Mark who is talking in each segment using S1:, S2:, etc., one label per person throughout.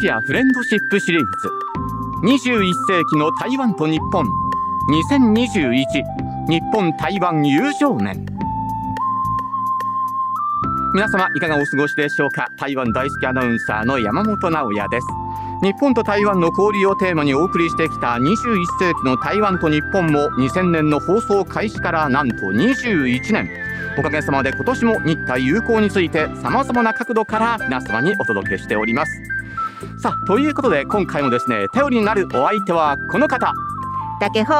S1: シアフレンドシップシリーズ21世紀の台湾と日本2021日本台湾友情年皆様いかがお過ごしでしょうか台湾大好きアナウンサーの山本直也です日本と台湾の交流をテーマにお送りしてきた21世紀の台湾と日本も2000年の放送開始からなんと21年おかげさまで今年も日台友好についてさまざまな角度から皆様にお届けしておりますさあということで今回もですね頼りになるお相手はこの方
S2: だけほう、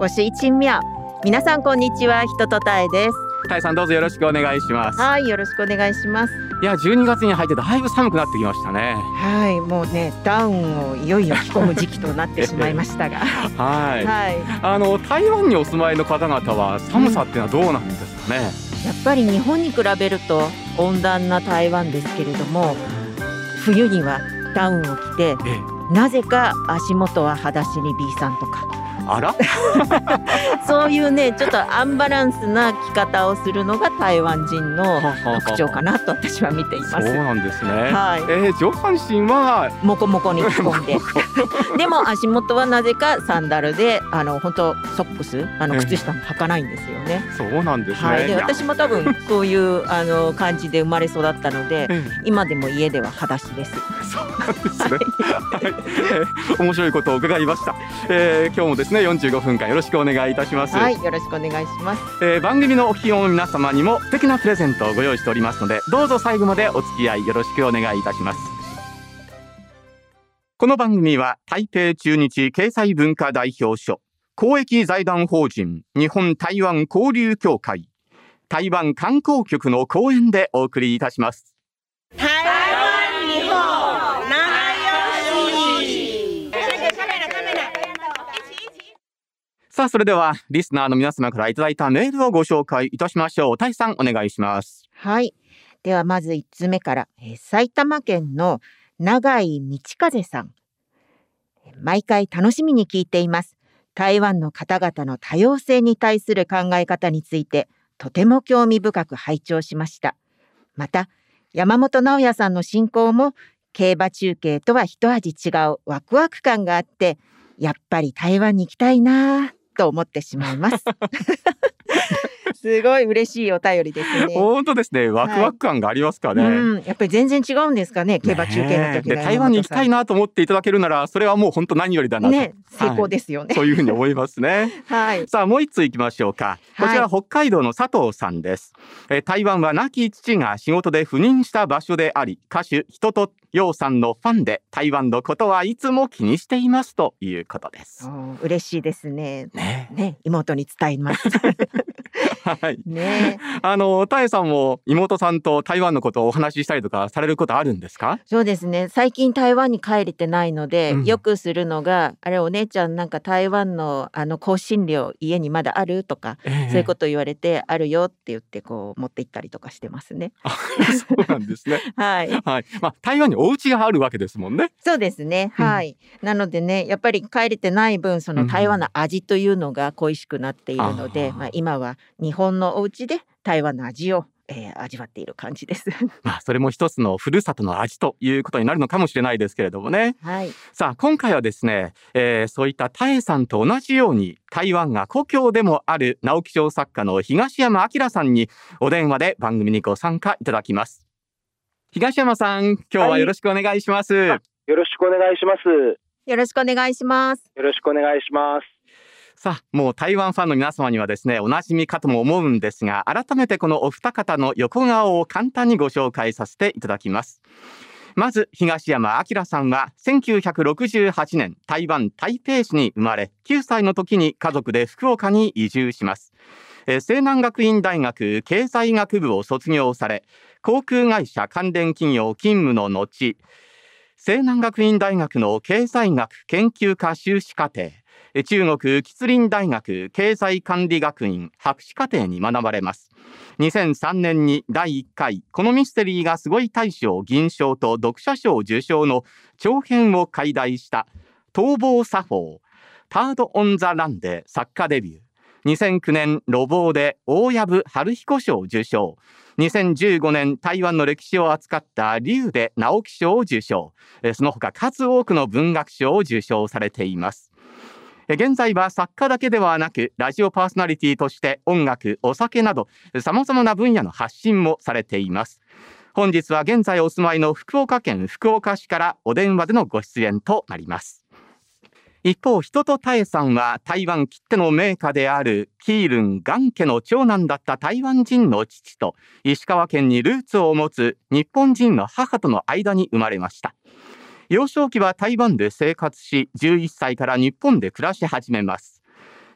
S2: 我是一珍妙。皆さんこんにちは、ひととたえです。
S1: タイさんどうぞよろしくお願いします
S2: はい、よろしくお願いします。
S1: いや12月に入ってだいぶ寒くなってきましたね
S2: はい、もうね、ダウンをいよいよ着込む時期となってしまいましたが。
S1: は、
S2: はいい、や
S1: あの台湾にお住まいの方々は寒さっていうのはどうなんですかね、
S2: っぱり日本に比べると温暖な台湾ですけれども、冬にはダウンを着て、
S1: ええ
S2: なぜか足元は裸足に B さんとか、
S1: あ ら
S2: そういうね、ちょっとアンバランスな着方をするのが台湾人の特徴かなと私は見ていま
S1: そう
S2: す。
S1: なんですね、
S2: はい。
S1: えー上半身は
S2: モコモコに着 込んででも足元はなぜかサンダルであの本当ソックスあ
S1: う
S2: の
S1: ん
S2: 靴下も履かないんですよね。
S1: そうなんですね、
S2: はい、
S1: い
S2: で
S1: や
S2: 私も多分そういうあの感じで生まれ育ったので
S1: ええ
S2: 今でも家では裸足です。
S1: そうなんですね。はい、えー面白いことを伺いました。えー今日もですね、45分間よろしくお願いいたします。
S2: はい、よろしくお願いします。
S1: えー番組のお聞きの皆様にも素敵なプレゼントをご用意しておりますので、どうぞ最後までお付き合いよろしくお願いいたします。この番組は台北中日経済文化代表所、公益財団法人日本台湾交流協会、台湾観光局の講演でお送りいたします。
S3: 台湾日本哪有喜？看美看美了，看美了，一起一起。
S1: さあ、それでは、リスナーの皆様からいただいたメールをご紹介いたしましょう。タイさん、お願いします。
S2: はい、ではまず1つ目から、えー埼玉県の永井道風さんえー毎回楽しみに聞いています台湾の方々の多様性に対する考え方についてとても興味深く拝聴しましたまた山本直也さんの進行も競馬中継とは一味違うワクワク感があってやっぱり台湾に行きたいなぁと思ってしまいます すごい嬉しいお便りですね
S1: 本当ですね、ワクワク感がありますからね。
S2: うん、やっぱり全然違うんですかね、競馬中継の時
S1: ねえ
S2: の
S1: で台湾に行きたい
S2: な
S1: なと思っていただけるならそれはもう本当何よりだなと、
S2: ね、成功ですよね。
S1: そういうふうに思います ね
S2: はい、
S1: さあもう一つ行きましょうかこちら
S2: は
S1: は北海道の佐藤さんです、えー台湾は亡き父が仕事で赴任した場所であり歌手人と陽さんのファンで台湾のことはいつも気にしていますということです
S2: うん嬉しいですね。
S1: ね
S2: ね、妹に伝えます。
S1: はい
S2: ね、
S1: あの、タエさんも妹さんと台湾のことをお話ししたりとかされることあるんですか
S2: そうですね。最近台湾に帰れてないので、
S1: うん
S2: よくするのが、あれお姉ちゃんなんか台湾のあの香辛料家にまだあるとか、そういうこと言われてあるよって言ってこう持って行ったりとかしてますね。
S1: そうなんですね。
S2: はい。
S1: はい。まあ、台湾にお家があるわけですもんね。
S2: そうですね。
S1: うん
S2: はい。なのでね、やっぱり帰れてない分、そ
S1: うん
S2: の台湾の味というのが恋しくなっているので、
S1: あー
S2: まあ今は日本のお家で台湾の味を、えー味わっている感じです。
S1: まあ、それも一つのふるさとの味ということになるのかもしれないですけれどもね。
S2: はい。
S1: さあ、今回はですね、えーそういったタエさんと同じように、台湾が故郷でもある直木賞作家の東山明さんにお電話で番組にご参加いただきます。東山さん、今日はよろしくお願いします。
S4: よろしくお願いします。
S2: よろしくお願いします。
S4: よろしくお願いします。
S1: さあもう台湾ファンの皆様にはですねおなじみかとも思うんですが改めてこのお二方の横顔を簡単にご紹介させていただきますまず東山明さんは1968年台湾台北市に生まれ9歳の時に家族で福岡に移住しますえー西南学院大学経済学部を卒業され航空会社関連企業勤務の後西南学院大学の経済学研究科修士課程え中国吉林大学経済管理学院博士課程に学ばれます2003年に第1回「このミステリーがすごい大賞銀賞と読者賞受賞」の長編を解題した「逃亡作法タード・オン・ザ・ラン」で作家デビュー2009年路傍で大藪春彦賞を受賞2015年台湾の歴史を扱った竜で直木賞を受賞えーその他数多くの文学賞を受賞されていますえー現在は作家だけではなくラジオパーソナリティとして音楽お酒などさまざまな分野の発信もされています本日は現在お住まいの福岡県福岡市からお電話でのご出演となります一方人とタエさんは台湾きっての名家であるキールン・ガン家の長男だった台湾人の父と石川県にルーツを持つ日本人の母との間に生まれました幼少期は台湾で生活し11歳から日本で暮らし始めます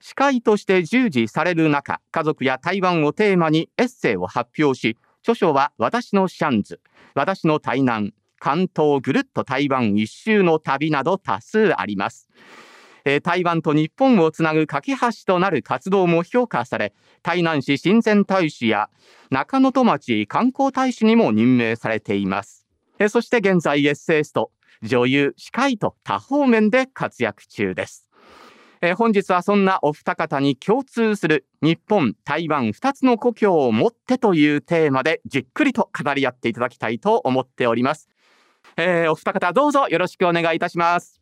S1: 司会として従事される中家族や台湾をテーマにエッセイを発表し著書は私のシャンズ私の台南関東ぐるっと台湾一周の旅など多数ありますえー台湾と日本をつなぐ架け橋となる活動も評価され台南市親善大使や中能登町観光大使にも任命されていますえーそして現在エッセイスト女優司会と多方面で活躍中ですえー本日はそんなお二方に共通する日本台湾2つの故郷を持ってというテーマでじっくりと語り合っていただきたいと思っております、えーお二方どうぞよろしくお願いいたします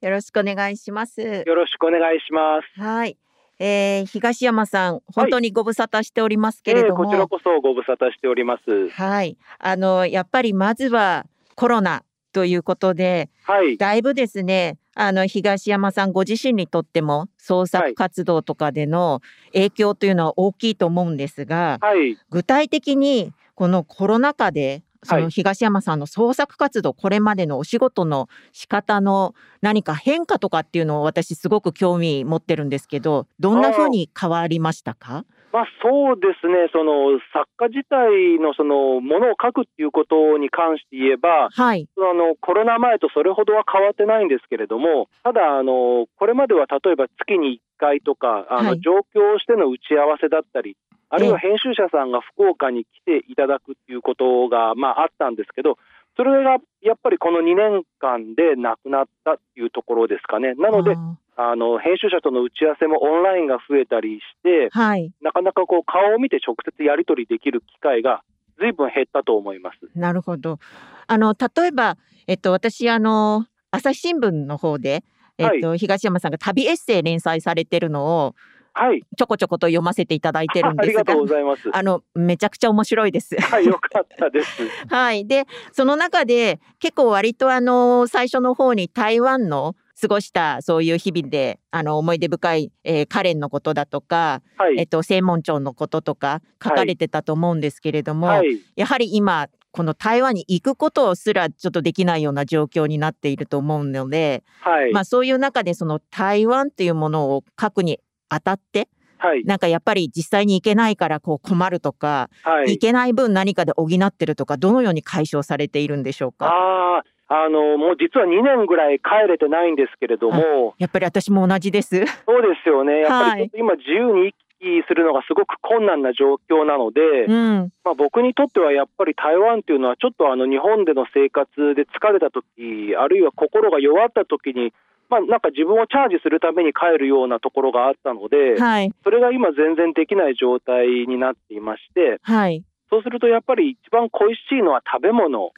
S2: よろしくお願いします。
S4: よろしくお願いします。
S2: はい、えー、東山さん、本当にご無沙汰しておりますけれ
S4: ええ
S2: ども、
S4: こちらこそご無沙汰しております。
S2: はい、あのやっぱりまずはコロナということで、
S4: はい。
S2: だいぶですね、あの東山さんご自身にとっても創作活動とかでの影響というのは大きいと思うんですが、
S4: はい。
S2: 具体的にこのコロナ禍で。そ
S4: は
S2: の
S4: い
S2: 東山さんの創作活動、これまでのお仕事の仕方の何か変化とかっていうのを私すごく興味持ってるんですけどどんな風に変わりましたか
S4: まあそうですね、その作家自体のそのものを書くっていうことに関して言えば、
S2: はい
S4: そのあのコロナ前とそれほどは変わってないんですけれども、ただあの、これまでは例えば月に1回とか、あ
S2: は
S4: の
S2: い
S4: 上京しての打ち合わせだったり、あるいは編集者さんが福岡に来ていただくっていうことが、まあ、あったんですけど、それがやっぱりこの2年間でなくなったっていうところですかね。なので、
S2: あ
S4: あの編集者との打ち合わせもオンラインが増えたりして
S2: ー、はい
S4: なかなかこう顔を見て直接やり取りできる機会が随分減ったと思います。
S2: なるほど。あの例えば、えっと、私あの朝日新聞の方で、えっと東山さんが旅エッセイ連載されてるのを
S4: はい、
S2: ちょこちょこと読ませていただいてるん
S4: あ
S2: で
S4: り
S2: す
S4: が
S2: が
S4: とうございます。
S2: あのめちゃくちゃ面白いです。
S4: はい、よかったです。
S2: はい、でその中で結構割とあの最初の方に台湾の過ごしたそういう日々であの思い出深い、えーカレンのことだとか、
S4: は
S2: えっ
S4: い、
S2: と、正門町のこととか書かれてたと思うんですけれども、
S4: はい、
S2: やはり今この台湾に行くことすらちょっとできないような状況になっていると思うので、
S4: はい、
S2: まあそういう中でその台湾というものを書くにあたって
S4: はい、
S2: なんかやっぱり実際に行けないからこう困るとか、
S4: は
S2: 行
S4: い。
S2: けない分何かで補ってるとかどのように解消されているんでしょうか
S4: ああ、あのもう実は2年ぐらい帰れてないんですけれども、
S2: やっぱり私も同じ です。
S4: そうですよね。やっぱりちょっと今自由に行き来するのがすごく困難な状況なので、
S2: うん、
S4: まあ、僕にとってはやっぱり台湾というのはちょっとあの日本での生活で疲れた時あるいは心が弱った時に、まあ、なんか自分をチャージするために帰るようなところがあったので
S2: はい、
S4: それが今全然できない状態になっていまして
S2: はい、
S4: そうするとやっぱり一番恋しいのは食 べ物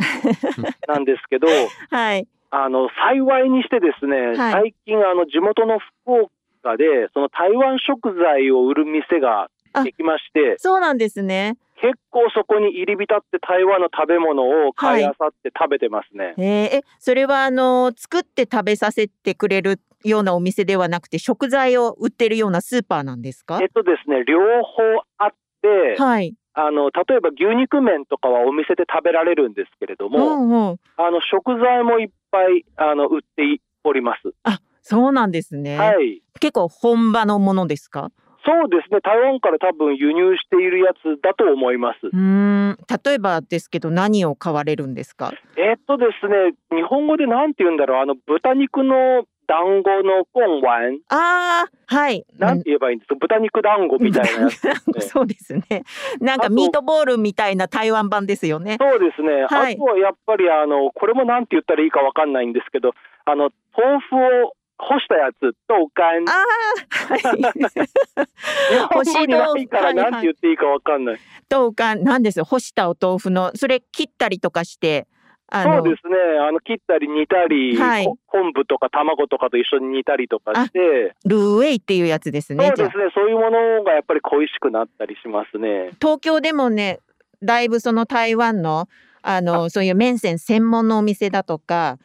S4: なんですけど
S2: はい、
S4: あの幸いにしてですね、
S2: はい
S4: 最近あの地元の福岡でその台湾食材を売る店ができまして。
S2: そうなんですね。
S4: 結構そこに入り浸って台湾の食べ物を買い漁って食べてますね。
S2: えーえ、それはあの作って食べさせてくれるようなお店ではなくて食材を売ってるようなスーパーなんですか
S4: えっ？とですね、両方あって、
S2: はい。
S4: あの例えば牛肉麺とかはお店で食べられるんですけれど
S2: う
S4: も、
S2: んうん。
S4: あの食材もいっぱいあの売っております。
S2: そうなんですね。
S4: はい。
S2: 結構本場のものですか？
S4: そうですね、台湾から多分輸入しているやつだと思います。
S2: うーん。例えばですけど何を買われるんですか？
S4: えっとですね、日本語でなんて言うんだろう、あの豚肉の団子のコンワン、
S2: ああ、はい。
S4: なんて言えばいいんですか、豚肉団子みたいなやつ。
S2: うん そうですね。なんか
S4: あと
S2: ミートボールみたいな台湾版ですよ ね。
S4: そうですね、
S2: はい
S4: あとはやっぱりあのこれもなんて言ったらいいかわかんないんですけどあの豆腐を干したやつとおかん
S2: ああ、はい。
S4: 日本語にないか
S2: 干し豆
S4: ら
S2: 腐
S4: なんて言っていいかわかんない。
S2: とおかん、なんですよ。干したお豆腐の、それ切ったりとかして。あ
S4: そ
S2: の
S4: うですね。あの切ったり煮たり、
S2: はい
S4: こ昆布とか卵とかと一緒に煮たりとかして、
S2: ルーウェイっていうやつです
S4: そ
S2: ね
S4: う。で
S2: じゃあ
S4: すね。そういうものがやっぱり恋しくなったりしますね。
S2: 東京でもね、だいぶその台湾の、あの、そういう麺線専門のお店だとか。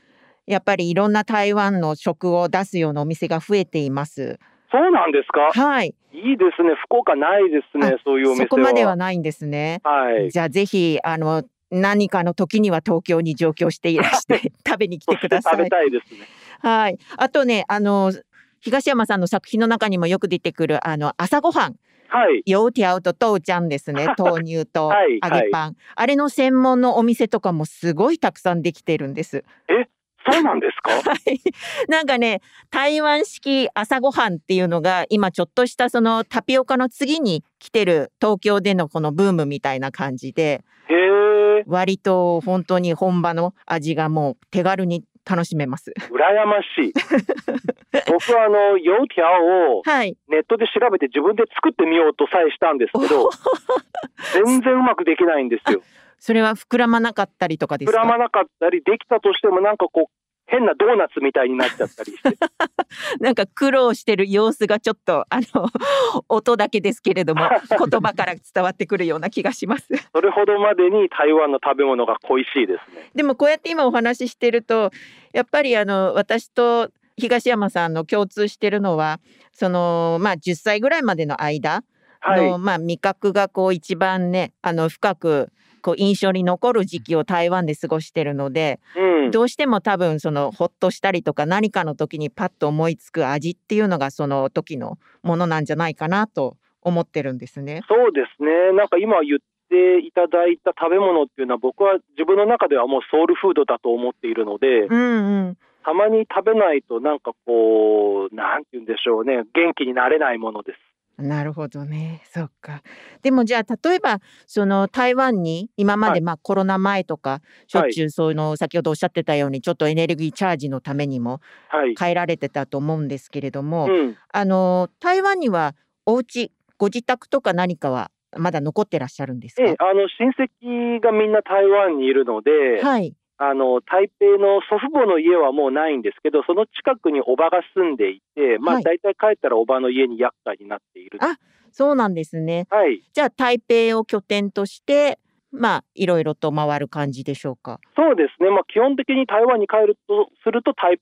S2: やっぱりいろんな台湾の食を出すようなお店が増えています。
S4: そうなんですか。
S2: はい、
S4: いいですね。福岡ないですね。そういうお店
S2: そ
S4: は。
S2: こまではないんですね。
S4: はい。
S2: じゃあぜひあの何かの時には東京に上京していらして 食べに来
S4: そ
S2: てく
S4: して
S2: ださ
S4: 食べ
S2: い。
S4: たいですね。
S2: はい。あとねあの東山さんの作品の中にもよく出てくるあの朝ごはん
S4: はい。
S2: ヨウティアウとトウちゃんです ね豆乳と
S4: は
S2: 揚
S4: い
S2: げパン、あれの専門のお店とかもすごいたくさんできてるんです。
S4: そうなんですか。
S2: はいなんかね台湾式朝ごはんっていうのが今ちょっとしたそのタピオカの次に来てる東京でのこのブームみたいな感じで。
S4: へえ、
S2: 割と本当に本場の味がもう手軽に楽しめます。
S4: 羨ま しい。僕はあの、ヨーティアオを
S2: はい。
S4: ネットで調べて自分で作ってみようとさえしたんですけど、全然うまくできないんですよ。
S2: それは膨らまなかったりとかです
S4: 膨
S2: から
S4: まなかったり、できたとしてもなんかこう、変なドーナツみたいになっちゃったりして。
S2: なんか苦労してる様子がちょっとあの 音だけですけれど も言葉から伝わってくるような気がします。
S4: それほどまでに台湾の食べ物が恋しいですね。
S2: でもこうやって今お話ししてるとやっぱりあの私と東山さんの共通してるのはそのまあ10歳ぐらいまでの間
S4: は
S2: あ
S4: い。
S2: のまあ、味覚がこう一番ねあの深くこう印象に残る時期を台湾で過ごしてるので、
S4: うん。
S2: どうしても多分そのほっとしたりとか何かの時にパッと思いつく味っていうのがその時のものなんじゃないかなと思ってるんですね。
S4: そうですね。なんか今言っていただいた食べ物っていうのは僕は自分の中ではもうソウルフードだと思っているので、
S2: うんうん、
S4: たまに食べないとなんかこう、なんて言うんでしょうね。元気になれないものです。
S2: なるほどねそっかでもじゃあ例えばその台湾に今ま
S4: は
S2: で
S4: い
S2: まあコロナ前とかしょっちゅうその先ほどおっしゃってたようにちょっとエネルギーチャージのためにも
S4: はい。
S2: 変えられてたと思うんですけれども、
S4: うん。
S2: あの台湾にはお家ご自宅とか何かはまだ残ってらっしゃるんですか
S4: ええ、あの親戚がみんな台湾にいるので、
S2: はい。
S4: あの台北の祖父母の家はもうないんですけど、その近くにおばが住んでいて、ま
S2: は
S4: あ
S2: い
S4: 大体帰ったらおばの家に厄介になっている。
S2: あそうなんですね。
S4: はい、
S2: じゃあ台北を拠点として、まあいろいろと回る感じでしょうか。
S4: そうですね。まあ基本的に台湾に帰るとすると台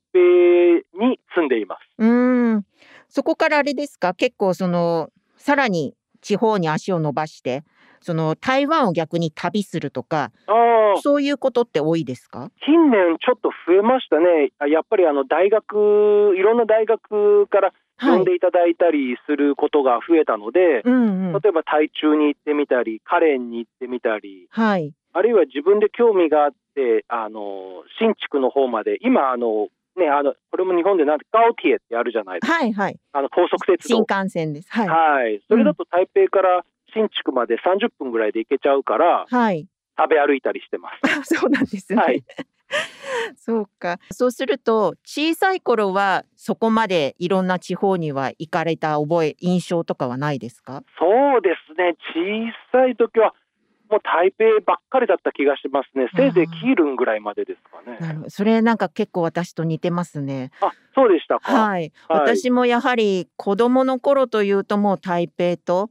S4: 北に住んでいます。
S2: うーん。そこからあれですか。結構そのさらに地方に足を伸ばして、その台湾を逆に旅するとか、
S4: ああ、
S2: そういうことって多いですか。
S4: 近年ちょっと増えましたね。あやっぱりあの大学、いろんな大学から
S2: は
S4: 呼ん
S2: い。
S4: でいただいたりすることが増えたので、
S2: うんうん。
S4: 例えば台中に行ってみたり、カレンに行ってみたり、
S2: はい。
S4: あるいは自分で興味があって、あの新築の方まで、今あの、ね、あのこれも日本でなんて、ガオティエってあるじゃないですか、
S2: はいはい。
S4: あの高速鉄
S2: 新
S4: 道、
S2: 幹線です。はい。
S4: はい、それだと台北から新築まで30分ぐらいで行けちゃうから、
S2: はい。
S4: 食べ歩いたりしてます。
S2: あ そうなんですね。
S4: はい
S2: そうか。そうすると小さい頃はそこまでいろんな地方には行かれた覚え印象とかはないですか？
S4: そうですね、小さい時は、もう台北ばっかりだった気がしますね、せいぜいキールンぐらいまでですか
S2: な
S4: ね。
S2: るほど。それなんか結構私と似てますね。
S4: あそうでしたか。
S2: はい。
S4: はい
S2: 私もやはり子供の頃というともう台北と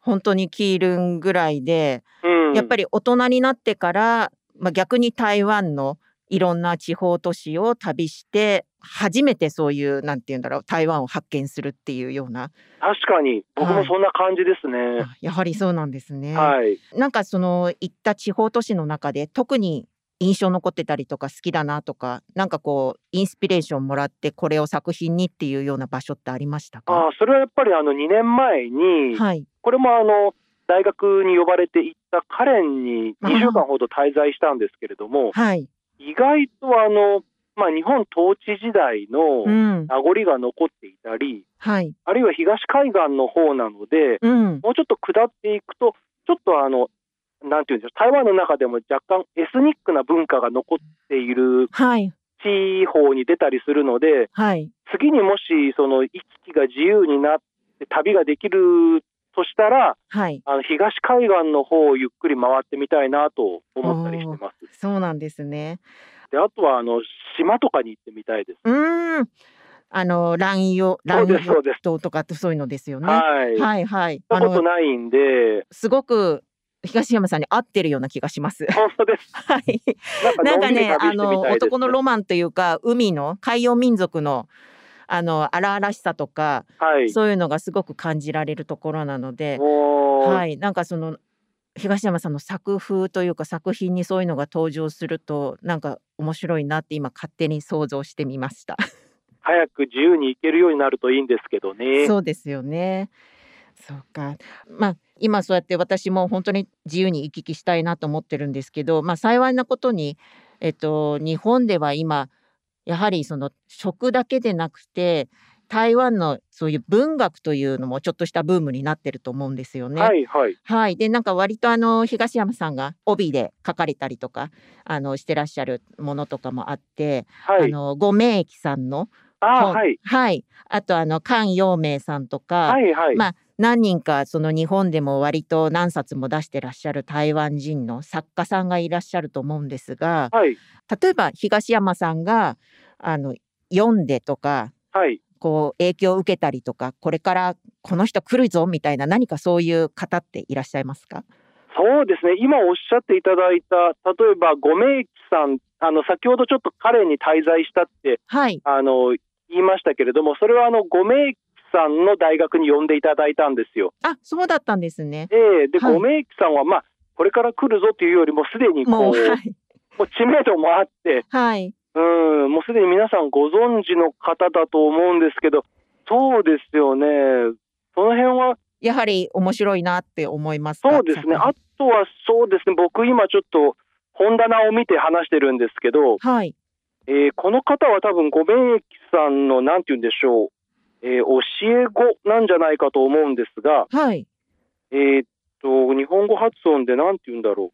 S2: 本当にキールンぐらいで、
S4: うん、
S2: やっぱり大人になってから、まあ、逆に台湾のいろんな地方都市を旅して初めてそういうなんて言うんだろう台湾を発見するっていうような
S4: 確かに、僕もそんな感じですね。
S2: あやはりそうなんですね。
S4: はい
S2: なんかその行った地方都市の中で特に印象残ってたりとか好きだなとかなんかこうインスピレーションもらってこれを作品にっていうような場所ってありましたか
S4: あーそれはやっぱりあの2年前に、
S2: はい
S4: これもあの大学に呼ばれて行ったカレンに2週間ほど滞在したんですけれども、
S2: はい
S4: 意外とあの、まあ、日本統治時代の
S2: うん
S4: 名残が残っていたり、
S2: はい
S4: あるいは東海岸の方なので、
S2: うん
S4: もうちょっと下っていくと、ちょっとあの、なんていうんでしょう、台湾の中でも若干エスニックな文化が残っている
S2: はい
S4: 地方に出たりするので、
S2: はい。
S4: 次にもしその行き来が自由になって旅ができるとしたら、
S2: はい。
S4: あの東海岸の方をゆっくり回ってみたいなと思ったりしてます。
S2: そうなんですね。
S4: であとはあの島とかに行ってみたいです。
S2: うーん。あの乱用
S4: そ
S2: 乱
S4: うですそうです
S2: 用とかとそういうのですよね。は
S4: はい。
S2: い
S4: 行っ
S2: はい。
S4: た
S2: あ
S4: こと
S2: の
S4: ないんで、
S2: すごく東山さんに合ってるような気がします。
S4: 本当です。
S2: はい。 な
S4: なん
S2: んか
S4: かのんびり
S2: ね、
S4: 旅
S2: あ
S4: してみ
S2: の
S4: たいです、
S2: 男のロマンというか、海の海洋民族の。あの荒々しさとか、
S4: はい。
S2: そういうのがすごく感じられるところなので。
S4: もう、
S2: はい、なんかその。東山さんの作風というか作品にそういうのが登場するとなんか面白いなって今勝手に想像してみました。
S4: 早く自由に行けるようになるといいんですけどね。
S2: そうですよね。そうか。まあ今そうやって私も本当に自由に行き来したいなと思ってるんですけど、まあ幸いなことにえっと日本では今やはりその食だけでなくて台湾のそういう文学というのもちょっとしたブームになってると思うんですよね。
S4: はいはい。
S2: はい、でなんか割とあの東山さんが帯で書かれたりとかあのしてらっしゃるものとかもあって、
S4: は
S2: あ
S4: い。
S2: の五名駅さんの
S4: あ
S2: 本
S4: はい。
S2: はい、あとあの菅陽明さんとか、
S4: はいはい。
S2: まあ何人かその日本でも割と何冊も出してらっしゃる台湾人の作家さんがいらっしゃると思うんですが
S4: はい
S2: 例えば東山さんがあの読んでとか
S4: はい。
S2: こう影響を受けたりとかこれからこの人来るぞみたいな何かそういう方っていらっしゃいますか
S4: そうですね。今おっしゃっていただいた、例えばご名記さん、あの先ほどちょっと彼に滞在したって
S2: はい
S4: あの言いましたけれども、それはあのご名記さんの大学に呼んでいただいたんですよ。
S2: あそうだったんですね。
S4: ええで、
S2: はい
S4: ご名記さんはまあこれから来るぞというよりもすでにこ
S2: も
S4: う
S2: うはい、
S4: もう知名度もあって、
S2: はい、
S4: うんもうすでに皆さんご存知の方だと思うんですけど、そうですよね。その辺は
S2: やはり面白いなって思いますか
S4: そうですね。
S2: 作
S4: あとはそうですね。僕今ちょっと本棚を見て話してるんですけど、
S2: 品はい
S4: えーこの方は多分ご弁益さんのなんて言うんでしょう、えー教え子なんじゃないかと思うんですが、
S2: はい
S4: えーっと日本語発音でなんて言うんだろ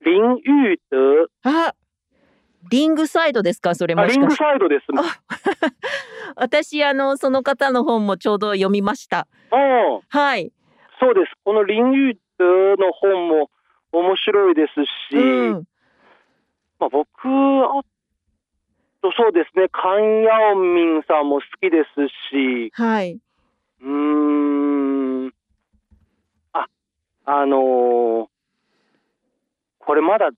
S4: う。リンユー德
S2: あリングサイドですかそれ
S4: あ
S2: も
S4: リ
S2: し
S4: ン
S2: か
S4: グ
S2: して
S4: サイドです。あ
S2: 私あのその方の本もちょうど読みました
S4: あ、
S2: はい
S4: そうです。このリンユー德の本も面白いですし、
S2: うん
S4: まあ、僕あとそうですねカン・ヤオミンさんも好きですし
S2: はい、
S4: うーんああのーこれまだ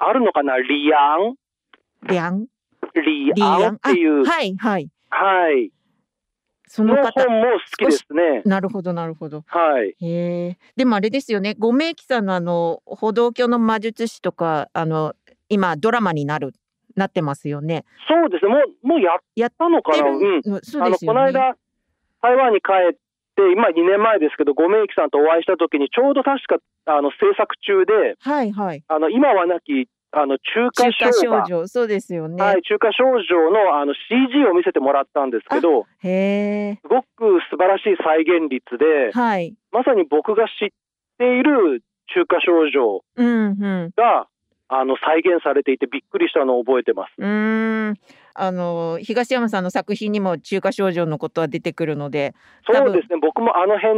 S4: あるのかなリアン
S2: リアン
S4: リ
S2: リ
S4: ア
S2: ア
S4: ンっ
S2: ン
S4: ていう
S2: あはいはい
S4: はい
S2: そ
S4: の
S2: の
S4: 本
S2: 方
S4: も好きですね
S2: なるほどなるほど
S4: はい
S2: へえでもあれですよねご名記さんのあの歩道橋の魔術師とかあの今ドラマになるなってますよね
S4: そうですねもうもうやったのかなうん
S2: のそう
S4: あ
S2: で
S4: の
S2: す
S4: こ
S2: よ
S4: の
S2: ね
S4: 間台湾に帰って今2年前ですけどご名義さんとお会いした時にちょうど確かあの制作中で
S2: はいはい
S4: あの今はなきあの中華
S2: 中華
S4: 少
S2: 少
S4: 女
S2: 女そうですよね、
S4: はい、中華少女のあの CG を見せてもらったんですけど
S2: へえ
S4: すごく素晴らしい再現率で
S2: はい
S4: まさに僕が知っている中華少女
S2: うんうん
S4: があの再現されていてびっくりしたのを覚えてます。
S2: うーんあの東山さんの作品にも中華少女のことは出てくるので多
S4: そ
S2: 分
S4: うですね僕もあの辺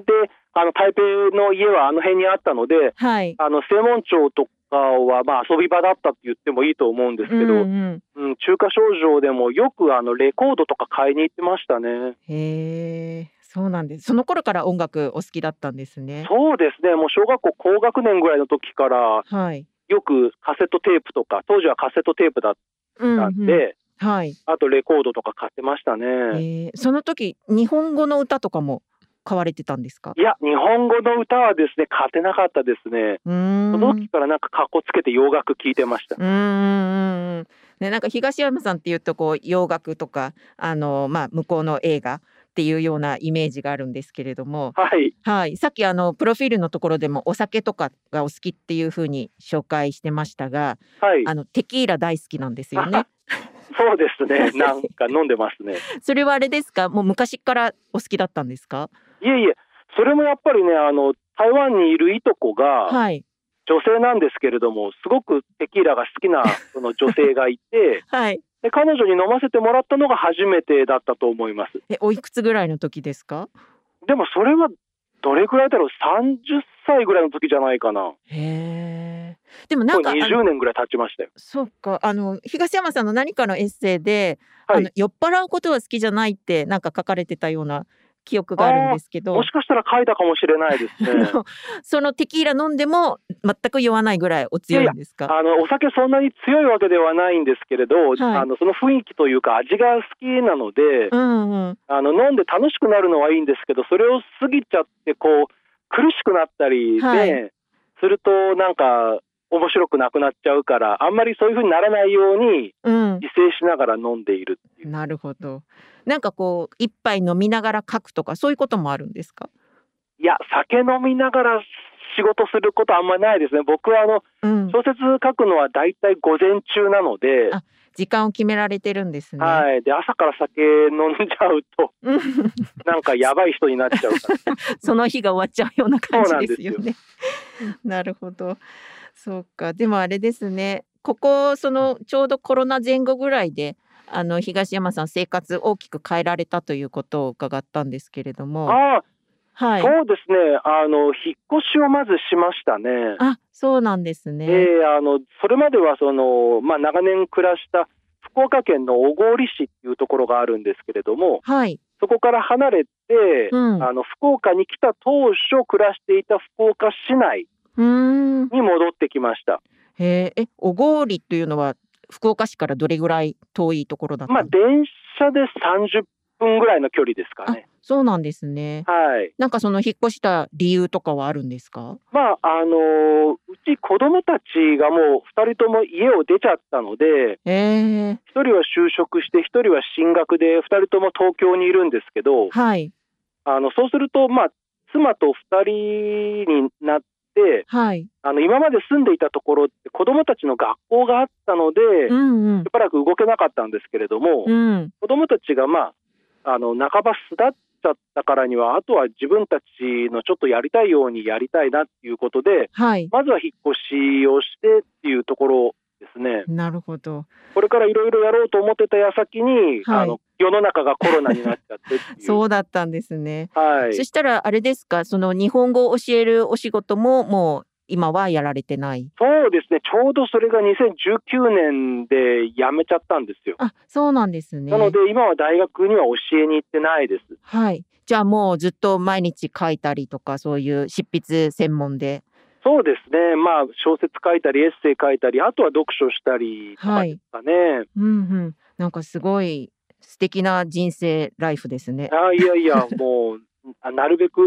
S4: であの台北の家はあの辺にあったので
S2: はい
S4: あの正門町とかはまあ遊び場だったって言ってもいいと思うんですけど、
S2: うんうん、
S4: うん、中華少女でもよくあのレコードとか買いに行ってましたね。
S2: へえそうなんですその頃から音楽お好きだったんですね
S4: そうですね、もう小学校高学年ぐらいの時から、
S2: はい
S4: よくカセットテープとか、当時はカセットテープだっ
S2: うん
S4: た
S2: うんん
S4: で、
S2: はい、
S4: あとレコードとか買ってましたね。
S2: えーその時日本語の歌とかも買われてたんですか
S4: いや、日本語の歌はですね、買ってなかったですね。
S2: うーん
S4: その時からなんかかっこつけて洋楽聴いてました。
S2: うんうんうんね、なんか東山さんっていうとこう洋楽とかあの、まあ、向こうの映画っていうようなイメージがあるんですけれども、
S4: はい、
S2: はい、さっきあのプロフィールのところでもお酒とかがお好きっていうふうに紹介してましたが
S4: はい、
S2: あのテキーラ大好きなんですよね。
S4: そうですね、 なんか飲んでますね。
S2: それはあれですかもう昔からお好きだったんですか
S4: いえいえ、それもやっぱりね、あの台湾にいるいとこが、
S2: はい
S4: 女性なんですけれどもすごくテキーラが好きなその女性がいて
S2: はい。
S4: で彼女に飲ませてもらったのが初めてだったと思います
S2: え、おいくつぐらいの時ですか。
S4: でもそれはどれくらいだろう30歳ぐらいの時じゃないかなも
S2: へえ。でも
S4: う
S2: なんか。あの
S4: 20年ぐらい経ちましたよ
S2: そうかあの東山さんの何かのエッセイで、
S4: はい
S2: あの酔っ払うことは好きじゃないってなんか書かれてたような記憶があるんですけど
S4: もしかしたら書いたかもしれないです
S2: あ
S4: ね
S2: のそのテキーラ飲んでも全く酔わないぐらいお強いんですか
S4: あのお酒そんなに強いわけではないんですけれど、
S2: い
S4: あのその雰囲気というか味が好きなので、
S2: うんうん
S4: あの飲んで楽しくなるのはいいんですけどそれを過ぎちゃってこう苦しくなったりね、
S2: はい
S4: するとなんか面白くなくなっちゃうからあんまりそういう風にならないように
S2: うん
S4: 自制しながら飲んでいるっていう
S2: なるほどなんかこう一杯飲みながら書くとかそういうこともあるんですか
S4: いや酒飲みながら仕事することあんまりないですね僕はあの
S2: うん
S4: 小説書くのは大体午前中なので
S2: あ、時間を決められてるんですね
S4: はい、で朝から酒飲んじゃう と
S2: うん
S4: なんかやばい人になっちゃう から
S2: その日が終わっちゃうような感
S4: そうなん
S2: じで
S4: で
S2: すす
S4: よ
S2: よね。 なるほど。そうか。でもあれですね。ここそのちょうどコロナ前後ぐらいで、あの東山さん生活大きく変えられたということを伺ったんですけれども、
S4: ああ、
S2: はい。
S4: そうですねあの引っ越しをまずしましたね。
S2: あ、そうなんですね。
S4: であのそれまではその、まあ、長年暮らした福岡県の小郡市っていうところがあるんですけれども
S2: はい。
S4: そこから離れて、
S2: うん。う
S4: あの福岡に来た当初暮らしていた福岡市内
S2: ーん。
S4: に戻ってきました、
S2: へえ。え、小郡というのは福岡市からどれぐらい遠いところだった
S4: まあ、
S2: んで
S4: 電車で30分ぐらいの距離です
S2: す
S4: か
S2: か。
S4: ね。
S2: あ、そうなんですね。
S4: はい
S2: なんかその引っ越した理由とかはあるんですか。
S4: まああのうち子供たちがもう2人とも家を出ちゃったので
S2: ええ
S4: 1人は就職して1人は進学で2人とも東京にいるんですけど、
S2: はい。
S4: あのそうすると、まあ、妻と2人になって
S2: はい。
S4: あの今まで住んでいたところって子供たちの学校があったので、し
S2: うんうん。
S4: ばらく動けなかったんですけれども、
S2: うん。
S4: 子供たちが、まあ、あの半ば巣立っちゃったからにはあとは自分たちのちょっとやりたいようにやりたいなっていうことで
S2: はい。
S4: まずは引っ越しをしてっていうところですね
S2: なるほど。
S4: これからいろいろやろうと思ってた矢先に、
S2: はい
S4: あの世の中がコロナになっちゃってってい う。
S2: そうだったんですね。
S4: はい
S2: そしたらあれですか、その日本語を教えるお仕事ももう今はやられてない。
S4: そうですね、ちょうどそれが2019年で辞めちゃったんですよ。
S2: あ、そうなんですね
S4: な。ので、今は大学には教えに行ってないです。
S2: はい。じゃあもうずっと毎日書いたりとかそういう執筆専門で。
S4: そうですね、まあ、小説書いたり、エッセイ書いたり、あとは読書したりとか
S2: は
S4: で
S2: い
S4: すかね。
S2: うんうん。なんかすごい素敵な人生ライフですね。
S4: あいやいや、もう、あなるべく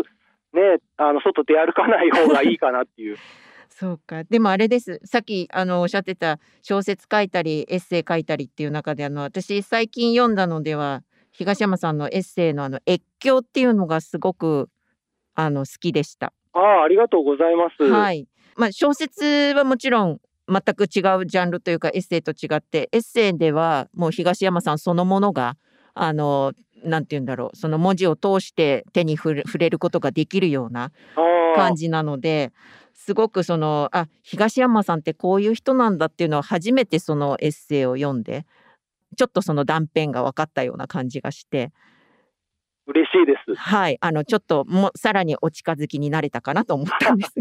S4: ね、あの外出歩かない方がいいかなっていう。
S2: そうか。でもあれです。さっきあのおっしゃってた小説書いたりエッセイ書いたりっていう中であの私最近読んだのでは東山さんのエッセイのあの越境っていうのがすごくあの好きでした。
S4: ああ、ありがとうございます。
S2: はい。まあ小説はもちろん全く違うジャンルというかエッセイと違ってエッセイではもう東山さんそのものがあのなんて言うんだろうその文字を通して手に触れ触れることができるような
S4: ああ
S2: 感じなのですごくそのあ東山さんってこういう人なんだっていうのは初めてそのエッセイを読んでちょっとその断片が分かったような感じがして
S4: 嬉しいです。
S2: はいあのちょっともうさらにお近づきになれたかなと思ったんです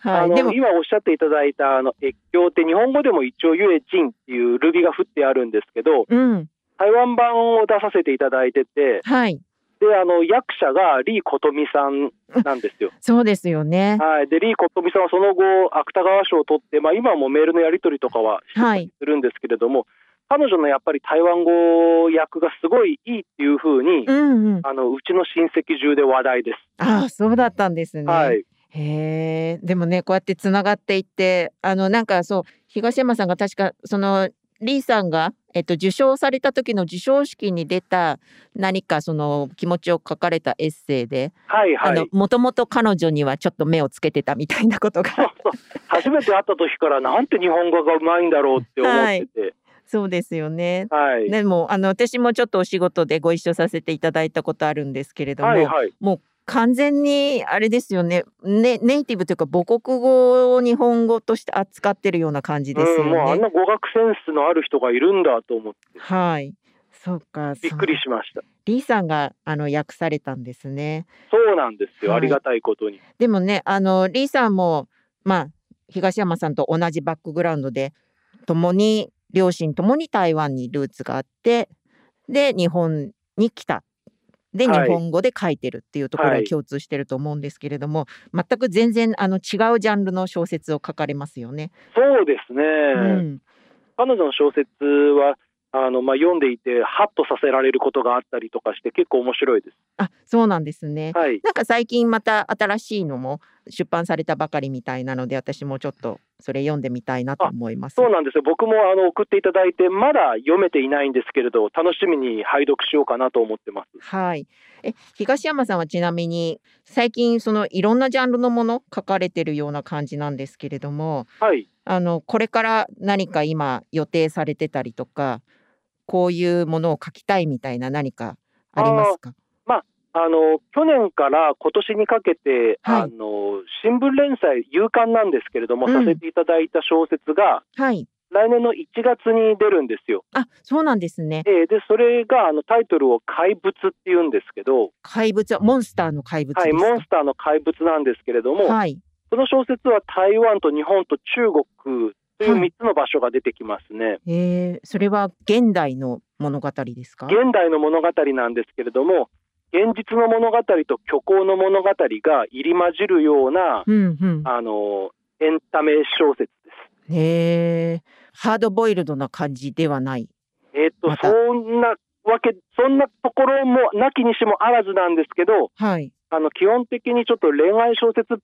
S2: が は
S4: あ
S2: いで
S4: の
S2: も
S4: 今おっしゃっていただいたあの越境って日本語でも一応「ゆえちん」っていうルビが振ってあるんですけど、
S2: うん
S4: 台湾版を出させていただいてて
S2: はい
S4: であの役者がリー・コトミさんなんで すよ。
S2: そうですよね
S4: はい、でリー・コトミさんはその後芥川賞を取って、まあ、今もメールのやり取りとかは
S2: はい
S4: するんですけれども、彼女のやっぱり台湾語訳がすごいいいっていうふうに、
S2: うんうん
S4: あのうちの親戚中で話題です。
S2: ああそうだったんですね、
S4: はい、
S2: へえでもねこうやってつながっていってあのなんかそう東山さんが確かそのリーさんが、えっと、受賞された時の授賞式に出た何かその気持ちを書かれたエッセイで
S4: はい、
S2: あ
S4: は
S2: の
S4: い
S2: もともと彼女にはちょっと目をつけてたみたいなことが
S4: 初めて会った時からなんて日本語がうまいんだろうって思って て、
S2: そうですよね。
S4: はい、
S2: でもあの私もちょっとお仕事でご一緒させていただいたことあるんですけれども、
S4: はい、はい、
S2: もう完全にあれですよねねネイティブというか母国語を日本語として扱ってるような感じです
S4: うん、もうあ
S2: よ
S4: ん
S2: ね。
S4: な語学センスのある人がいるんだと思って
S2: はい、そうか。
S4: びっくりしました。
S2: そうリーさんがあの訳されたんですね。
S4: そうなんですよ、
S2: はい
S4: ありがたいことに。
S2: でもねあのリーさんもまあ東山さんと同じバックグラウンドで共に両親ともに台湾にルーツがあってで日本に来たで日
S4: はい
S2: 本語で書いてるっていうところ
S4: は
S2: はい共通してると思うんですけれども、全く全然あの違うジャンルの小説を書かれますよね。
S4: そうですね、
S2: うん
S4: 彼女の小説はあの、まあ、読んでいて、ハッとさせられることがあったりとかして、結構面白いです。
S2: あそうなんですね。
S4: はい、
S2: なんか最近また新しいのも出版されたばかりみたいなので私もちょっとそれ読んでみたいなと思います。
S4: そうなんですよ、僕もあの送っていただいて、まだ読めていないんですけれど、楽しみに拝読しようかなと思ってます。
S2: はい。え、東山さんはちなみに最近そのいろんなジャンルのもの書かれてるような感じなんですけれども、
S4: はい
S2: あのこれから何か今予定されてたりとか、こういうものを書きたいみたいな何かありますか。
S4: あの去年から今年にかけて、
S2: はい
S4: あの新聞連載、夕刊なんですけれども、
S2: うん
S4: させていただいた小説が、
S2: はい。
S4: 来年の1月に出るんですよ。
S2: あ、そうなんですね。
S4: えーでそれがあのタイトルを「怪物」っていうんですけど、
S2: 怪物はモンスターの怪物です
S4: はい、
S2: か。
S4: モンスターの怪物なんですけれども、
S2: はい。
S4: その小説は台湾と日本と中国という
S2: はい
S4: 3つの場所が出てきますね。
S2: えー、それは現代の物語ですか。
S4: 現代の物語なんですけれども現実の物語と虚構の物語が入り混じるような、
S2: うんうん。
S4: あのエンタメ小説です。
S2: へえー、ハードボイルドな感じではない。
S4: えーっと
S2: また
S4: そんなわけそんなところもなきにしもあらずなんですけど
S2: はい。
S4: あの基本的にちょっと恋愛小説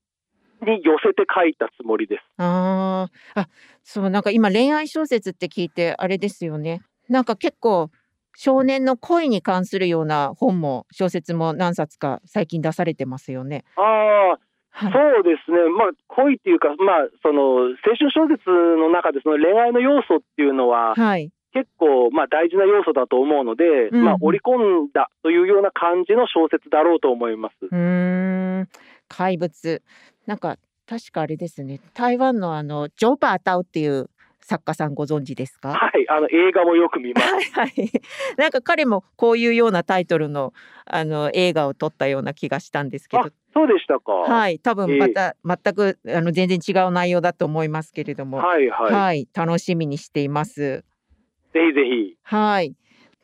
S4: に寄せて書いたつもりです。
S2: あーあそうなんか今恋愛小説って聞いてあれですよねなんか結構少年の恋に関するような本も小説も何冊か最近出されてますよね。
S4: ああ、
S2: はい、
S4: そうですね、まあ、恋っていうか、まあ、その青春小説の中でその恋愛の要素っていうのは、
S2: はい、
S4: 結構、まあ、大事な要素だと思うので、
S2: うん
S4: まあ、織り込んだというような感じの小説だろうと思います。
S2: うーん怪物なんか確かあれですね台湾のあのジョバー・タウっていう作家さんご存知ですか
S4: はい、あの映画もよく 見ます。
S2: はいはい、なんか彼もこういうようなタイトルのあの映画を撮ったような気がしたんですけど
S4: あそうでしたか。は、
S2: はいい、多分また、全くあの全然違う内容だと思いますけれども、は
S4: はい、
S2: い、楽しみにしています。
S4: ぜひぜひ。
S2: はい、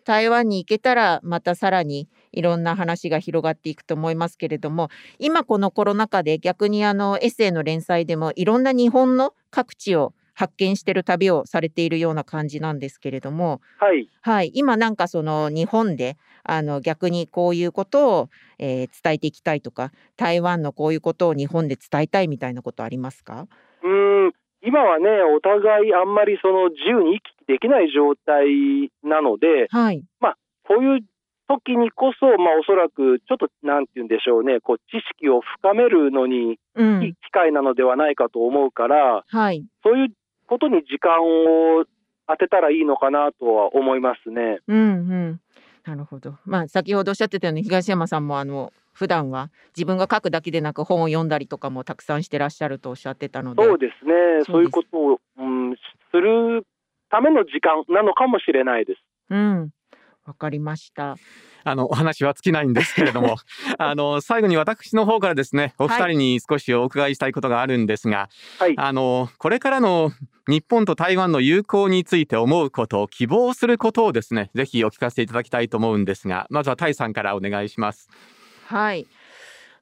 S2: 台湾に行けたらまたさらにいろんな話が広がっていくと思いますけれども、今このコロナ禍で逆にあのエッセイの連載でもいろんな日本の各地を発見してる旅をされているような感じなんですけれども、
S4: はい、
S2: はい、今なんかその日本であの逆にこういうことを、えー伝えていきたいとか台湾のこういうことを日本で伝えたいみたいなことありますか
S4: うーん、今はね、お互いあんまりその自由に行き来できない状態なので、
S2: はい、
S4: こういう時にこそ、まあ、おそらくちょっとなんて言うんでしょうね、こう知識を深めるのに
S2: う
S4: いい
S2: ん
S4: 機会なのではないかと思うから、
S2: はい、
S4: そういうことに時間を当てたらいいのかなとは思いますね。
S2: うんうん、なるほど、まあ、先ほどおっしゃってたように東山さんもあの普段は自分が書くだけでなく本を読んだりとかもたくさんしてらっしゃるとおっしゃってたので
S4: そうですね、そ
S2: そ
S4: う
S2: うです
S4: いうことを、うん、するための時間なのかもしれないです。
S2: うん、わかりました。
S1: あのお話は尽きないんですけれど もあの最後に私の方からですねお二人に少しお伺いしたいことがあるんですが、
S4: はい
S1: あのこれからの日本と台湾の友好について思うこと希望することをですねぜひお聞かせいただきたいと思うんですがまずはタイさんからお願いします。
S2: はい。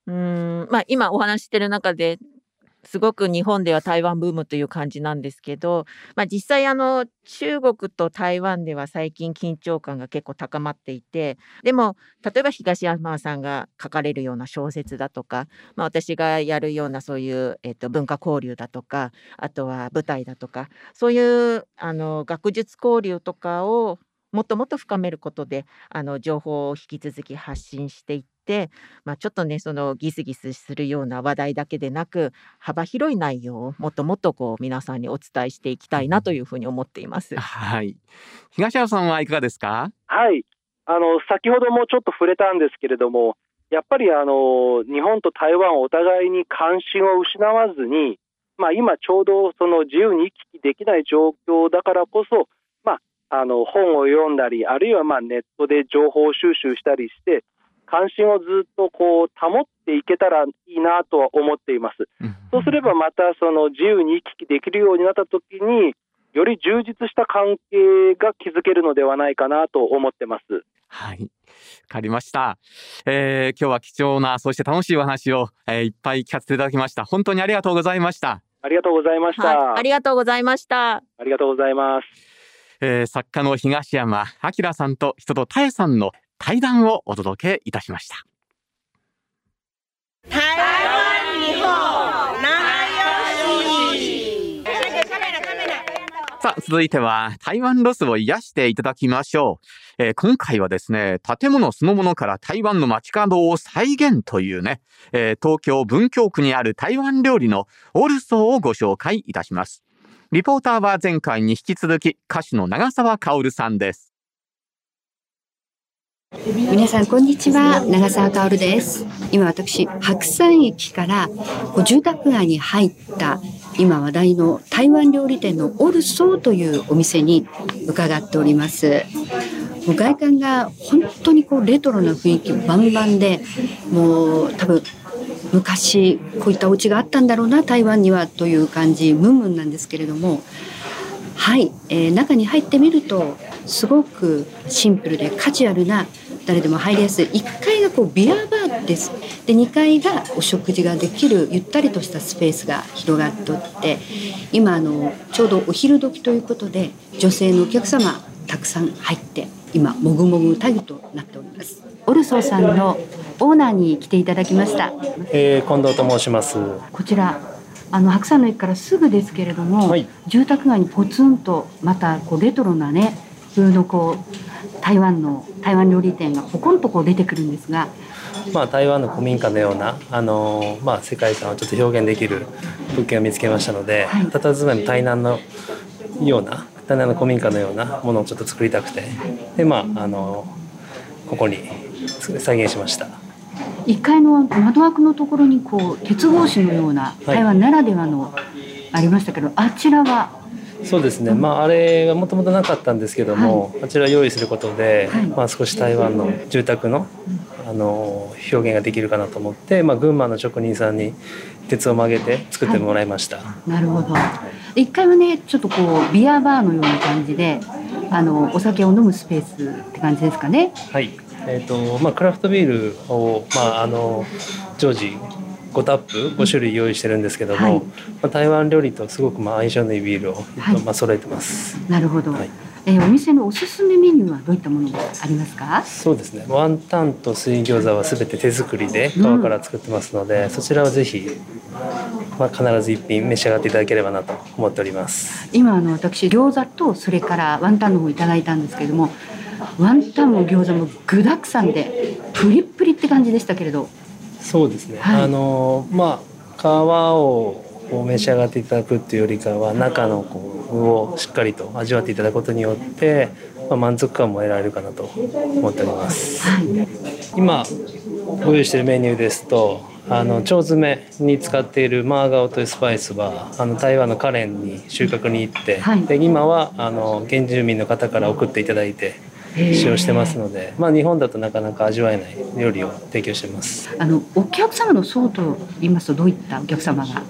S2: うーん、まあ今お話ししてる中ですごく日本では台湾ブームという感じなんですけど、まあ、実際あの中国と台湾では最近緊張感が結構高まっていてでも例えば東山さんが書かれるような小説だとか、まあ、私がやるようなそういう、えっと、文化交流だとかあとは舞台だとかそういうあの学術交流とかをもっともっと深めることであの情報を引き続き発信していって、まあ、ちょっとねそのギスギスするような話題だけでなく幅広い内容をもっともっとこう皆さんにお伝えしていきたいなというふうに思っています。
S1: はい東山さんはいかがですか
S4: はい、あの先ほどもちょっと触れたんですけれども、
S5: やっぱりあの日本と台湾お互いに関心を失わずに、まあ、今ちょうどその自由に行き来できない状況だからこそ、まあ、あの本を読んだりあるいはまあネットで情報収集したりして関心をずっとこう保っていけたらいいなとは思っています。そうすればまたその自由に行き来できるようになった時により充実した関係が築けるのではないかなと思ってます。
S1: はいわかりました、えー、今日は貴重なそして楽しいお話を、えー、いっぱい聞かせていただきました本当にありがとうございました
S5: ありがとうございました、
S2: はい、ありがとうございました
S5: ありがとうございます、
S1: えー、作家の東山明さんと人とたえさんの対談をお届けいたしました
S6: 台湾日本仲良し
S1: さあ、続いては台湾ロスを癒していただきましょう。えー、今回はですね、建物そのものから台湾の街角を再現というね、えー、東京文京区にある台湾料理のオルソーをご紹介いたします。リポーターは前回に引き続き歌手の長澤薫さんです。
S7: 皆さんこんにちは長澤薫です今私白山駅から住宅街に入った今話題の台湾料理店のオルソーというお店に伺っております外観が本当にこうレトロな雰囲気バンバンでもう多分昔こういったお家があったんだろうな台湾にはという感じムンムンなんですけれどもはい、えー、中に入ってみるとすごくシンプルでカジュアルな誰でも入りやすい1階がこうビアバーですで2階がお食事ができるゆったりとしたスペースが広がっとって今あのちょうどお昼時ということで女性のお客様たくさん入って今もぐもぐタグとなっておりますオルソーさんのオーナーに来ていただきました、
S4: えー、近藤と申します
S7: こちらあの白山の駅からすぐですけれども、はい、住宅街にポツンとまたこうレトロなね風のこう台湾の台湾料理店がポコンとこう出てくるんですが、
S4: まあ、台湾の古民家のようなあの、まあ、世界観をちょっと表現できる物件を見つけましたので、はい、佇まいの台南のような台南の古民家のようなものをちょっと作りたくてでまああのここに再現しました。
S7: 1階の窓枠のところにこう鉄格子のような台湾ならではのありましたけど、はい、あちらは、
S4: そうですね、まあ、あれはもともとなかったんですけども、はい、あちら用意することで、はい、まあ、少し台湾の住宅のあの表現ができるかなと思って、まあ、群馬の職人さんに鉄を曲げて作ってもらいました、はい
S7: なるほど1階はねちょっとこうビアバーのような感じであのお酒を飲むスペースって感じですかね
S4: はいえーとまあ、クラフトビールを、まあ、あの常時5タップ5種類用意してるんですけども、はい、まあ、台湾料理とすごくまあ相性のいいビールを、はい、まあ揃えてます。
S7: なるほど、はい、えー、お店のおすすめメニューはどういったものがありますか
S4: そうですねワンタンと水餃子は全て手作りで皮から作ってますので、うん、そちらをぜひ、まあ、必ず一品召し上がっていただければなと思っております
S7: 今あの私餃子とそれからワンタンの方いただいたんですけどもワンタンも餃子も具だくさんでプリプリって感じでしたけれど
S4: そうですね、はい、あのまあ皮を召し上がっていただくっていうよりかは中のこう具をしっかりと味わっていただくことによって、まあ、満足感も得られるかなと思っております、はい、今ご用意しているメニューですとあの腸詰めに使っているマーガオというスパイスはあの台湾のカレンに収穫に行って、はい、で今はあの原住民の方から送っていただいて使用してますので、まあ、日本だとなかなか味わえない料理を提供してます
S7: あのお客様の層と言いますとどういったお客様が、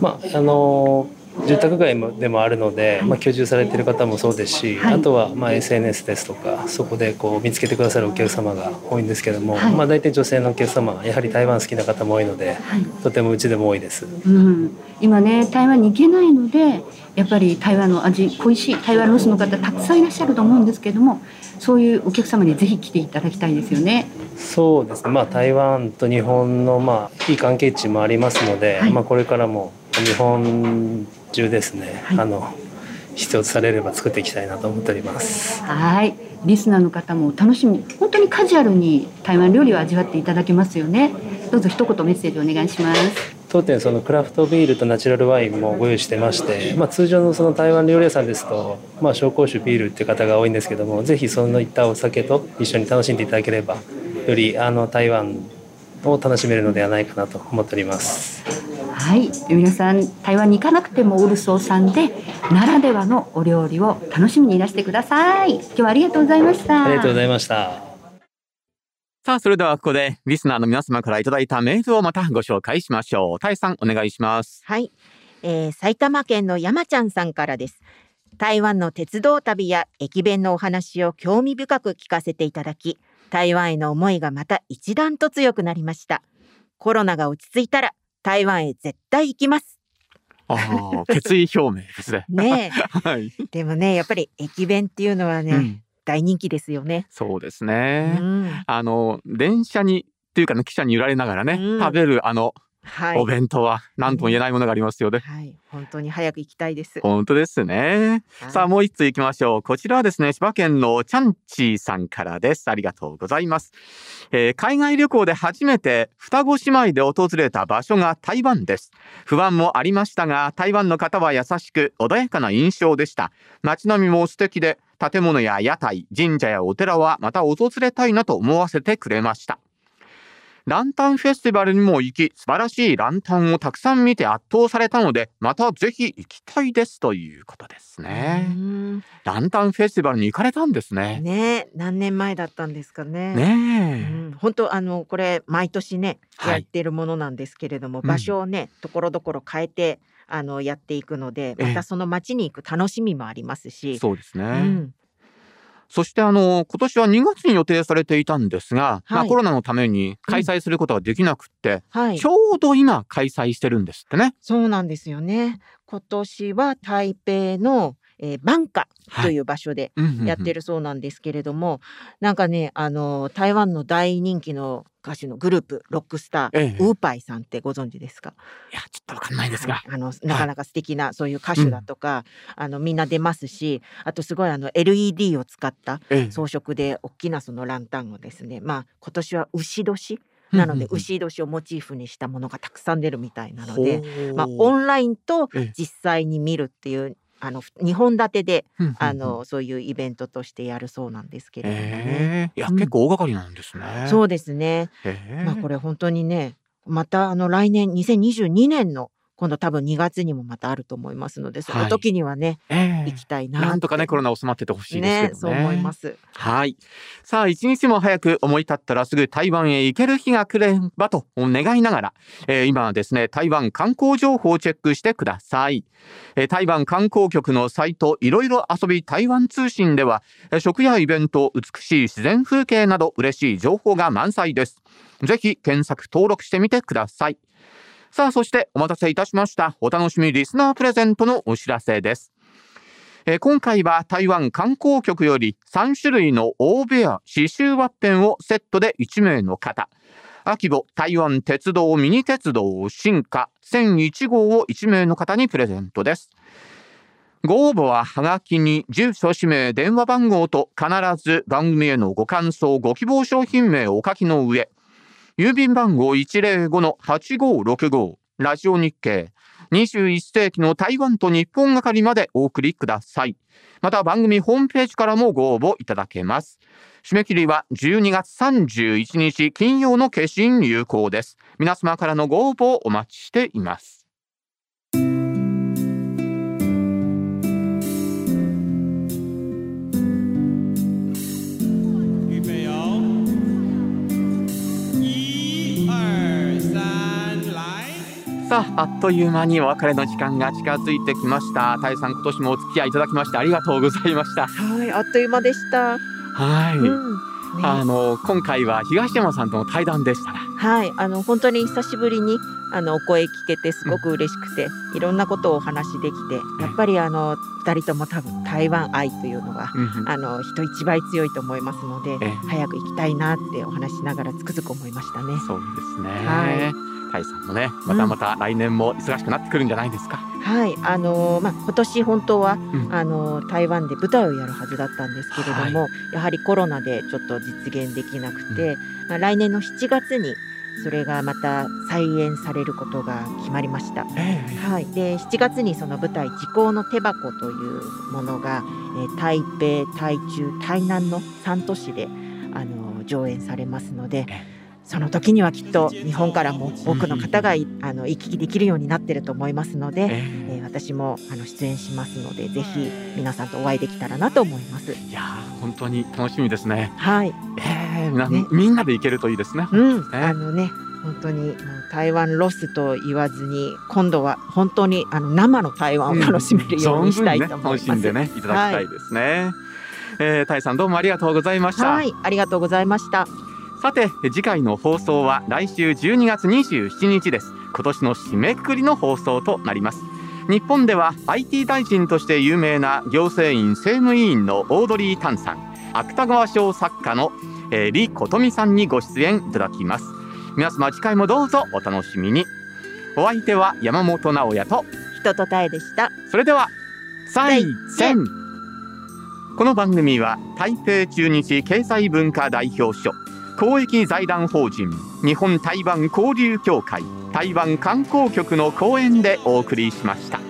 S4: まあ、あの住宅街でもあるので、まあ、居住されてる方もそうですし、はい、あとはまあ SNS ですとかそこでこう見つけてくださるお客様が多いんですけども、はい、まあ、大体女性のお客様やはり台湾好きな方も多いので、はい、とてもうちでも多いです、
S7: うん、今ね台湾に行けないのでやっぱり台湾の味恋しい台湾ロスの方たくさんいらっしゃると思うんですけどもそういうお客様にぜひ来ていただきたいですよね。
S4: そうですね、まあ、台湾と日本のまあいい関係値もありますので、まあ、これからも日本中ですね、はい、あの必要とされれば作っていきたいなと思っております
S7: はいリスナーの方も楽しみ本当にカジュアルに台湾料理を味わっていただけますよねどうぞ一言メッセージお願いします
S4: 当店そのクラフトビールとナチュラルワインもご用意してまして、まあ、通常のその台湾料理屋さんですと、まあ、紹興酒ビールっていう方が多いんですけどもぜひそのいったお酒と一緒に楽しんでいただければ
S8: よりあの台湾を楽しめるのではないかなと思っております。
S7: はい、皆さん台湾に行かなくてもオルソーさんでならではのお料理を楽しみにいらしてください。今日はありがとうございました。
S8: ありがとうございました。
S1: さあ、それではここで、リスナーの皆様からいただいたメールをまたご紹介しましょう。タイさん、お願いします。
S2: はい、えー埼玉県の山ちゃんさんからです。台湾の鉄道旅や駅弁のお話を興味深く聞かせていただき、台湾への思いがまた一段と強くなりました。コロナが落ち着いたら台湾へ絶対行きます。
S1: ああ、決意表明ですね。
S2: ね
S1: はい。
S2: え、でもね、やっぱり駅弁っていうのはね、
S1: うん、
S2: 大人気ですよね。
S1: そうです
S2: う
S1: ね。
S2: ん、
S1: あの、電車に、というかね、汽車に揺られながらね、
S2: うん
S1: 食べるあの、
S2: はい
S1: お、弁当は、何とも言えないものがありますよね。
S2: はい、本当に早く行きたいです。
S1: 本当ですね。さあ、もう一つ行きましょう。こちらはですね、千葉県のチャンチーさんからです。ありがとうございます。えー海外旅行で初めて双子姉妹で訪れた場所が台湾です。不安もありましたが、台湾の方は優しく穏やかな印象でした。街並みも素敵で、建物や屋台、神社やお寺はまた訪れたいなと思わせてくれました。ランタンフェスティバルにも行き、素晴らしいランタンをたくさん見て圧倒されたので、またぜひ行きたいですということですね。
S2: うん
S1: ランタンフェスティバルに行かれたんですね。
S2: ねえ、何年前だったんですかね。う
S1: ねえ。
S2: ん、本当あのこれ毎年ね、
S1: はい
S2: やってるものなんですけれども
S1: うん
S2: 場所をね、ところどころ変えてあのやっていくので
S1: ええ
S2: またその町に行く楽しみもありますし、
S1: そうですね。
S2: うん
S1: そしてあの今年は2月に予定されていたんですが、まあ、
S2: はい
S1: コロナのために開催することができなくって、
S2: はい
S1: ちょうど今開催してるんですってね。
S2: そうなんですよね今年は台北の、えー、バンカという場所でやって
S1: る。
S2: るそうなんですけれども、なんかねあの台湾の大人気の歌手のグループロックスター、
S1: ええ
S2: ウーパイさんってご存知ですか
S1: いやちょっとわかんないですが
S2: は。いあの なかなか素敵なそういう歌手だとか、あのみんな出ますしあとすごいあの LED を使った
S1: ええ
S2: 装飾で大きなそのランタンをですねまあ今年は牛年なので、牛年をモチーフにしたものがたくさん出るみたいなので、まあ、オ
S1: ン
S2: ンラインと
S1: ええ
S2: 実際に見るっていうあの2本立てであ、
S1: うんうんうん
S2: のそういうイベントとしてやるそうなんですけれどもね。
S1: ええいや、
S2: うん
S1: 結構大掛かりなんですね。。
S2: そううですね、
S1: ええ
S2: まあ、これ本当にねまたあの来年2022年の今度多分2月にもまたあると思いますのでそ
S1: は
S2: の
S1: い
S2: 時にはね、
S1: ええ
S2: 行きたいなって
S1: なんとかねコロナ収まっててほしいですけ
S2: ね
S1: どね。
S2: そう思います。
S1: はい。さあ、一日も早く思い立ったらすぐ台湾へ行ける日が来ればと願いながら、えー今はですね、台湾観光情報をチェックしてください。えー台湾観光局のサイト、いろいろ遊び台湾通信では、えー食やイベント、美しい自然風景など嬉しい情報が満載です。ぜひ検索登録してみてください。さあ、そしてお待たせいたしました。お楽しみリスナープレゼントのお知らせです。えー今回は台湾観光局より3種類の大部屋刺繍ワッペンをセットで1名の方秋保台湾鉄道ミニ鉄道新化1001号を1名の方にプレゼントですご応募ははがきに住所氏名電話番号と必ず番組へのご感想ご希望商品名をお書きの上郵便番号105-8565ラジオ日経21世紀の台湾と日本係までお送りください。また番組ホームページからもご応募いただけます。締め切りは12月31日金曜の決心有効です。皆様からのご応募をお待ちしています。
S9: 预备哦，一二三，来。
S1: さあ、あっという間にお別れの時間が近づいてきました。タイさん、今年もお付き合いいただきましてありがとうございました。
S2: はい、あっという間でした。
S1: はい。
S2: うんね
S1: あの、今回は東山さんとの対談でしたが、
S2: はい、あの本当に久しぶりにあのお声聞けてすごく嬉しくて、いろんなことをお話しできて、やっぱりあの二人とも多分台湾愛というのがあの人一倍強いと思いますので
S1: ええ、
S2: 早く行きたいなってお話しながらつくづく思いましたね。
S1: そうですね。
S2: は
S1: タイさんもね、またまた来年も忙しくなってくるんじゃないですか。
S2: はい、あのまあ今年本当は、
S1: ん
S2: あの台湾で舞台をやるはずだったんですけれども、やはりコロナでちょっと実現できなくて、まあ来年の7月にそれがまた再演されることが決まりました。はい、で7月にその舞台「時効の手箱」というものが、えー台北台中台南の3都市であの上演されますので
S1: ええ
S2: その時にはきっと日本からも多くの方がいあの行き来できるようになってると思いますので、
S1: え
S2: えー私もあの出演しますのでぜひ皆さんとお会いできたらなと思います。
S1: えいやー本当に楽しみですね。
S2: はい、
S1: ええみんな
S2: ね
S1: みんなで行けるといいですね。
S2: うん、
S1: ね
S2: あのね本当にもう台湾ロスと言わずに今度は本当にあの生の台湾を楽しめるようにしたいと思います。
S1: 存分にね、楽しんでねいただきたいですね。えー、タイさんどうもありがとうございました。
S2: はい、ありがとうございました。
S1: さて次回の放送は来週12月27日です今年の締めくくりの放送となります日本では IT 大臣として有名な行政院政務委員のオードリー・タンさん芥川賞作家の、えー、李琴美さんにご出演いただきます皆様次回もどうぞお楽しみにお相手は山本直也と
S2: 人とたえでした。
S1: それでは再戦この番組は台北中日経済文化代表所公益財団法人日本台湾交流協会台湾観光局の講演でお送りしました。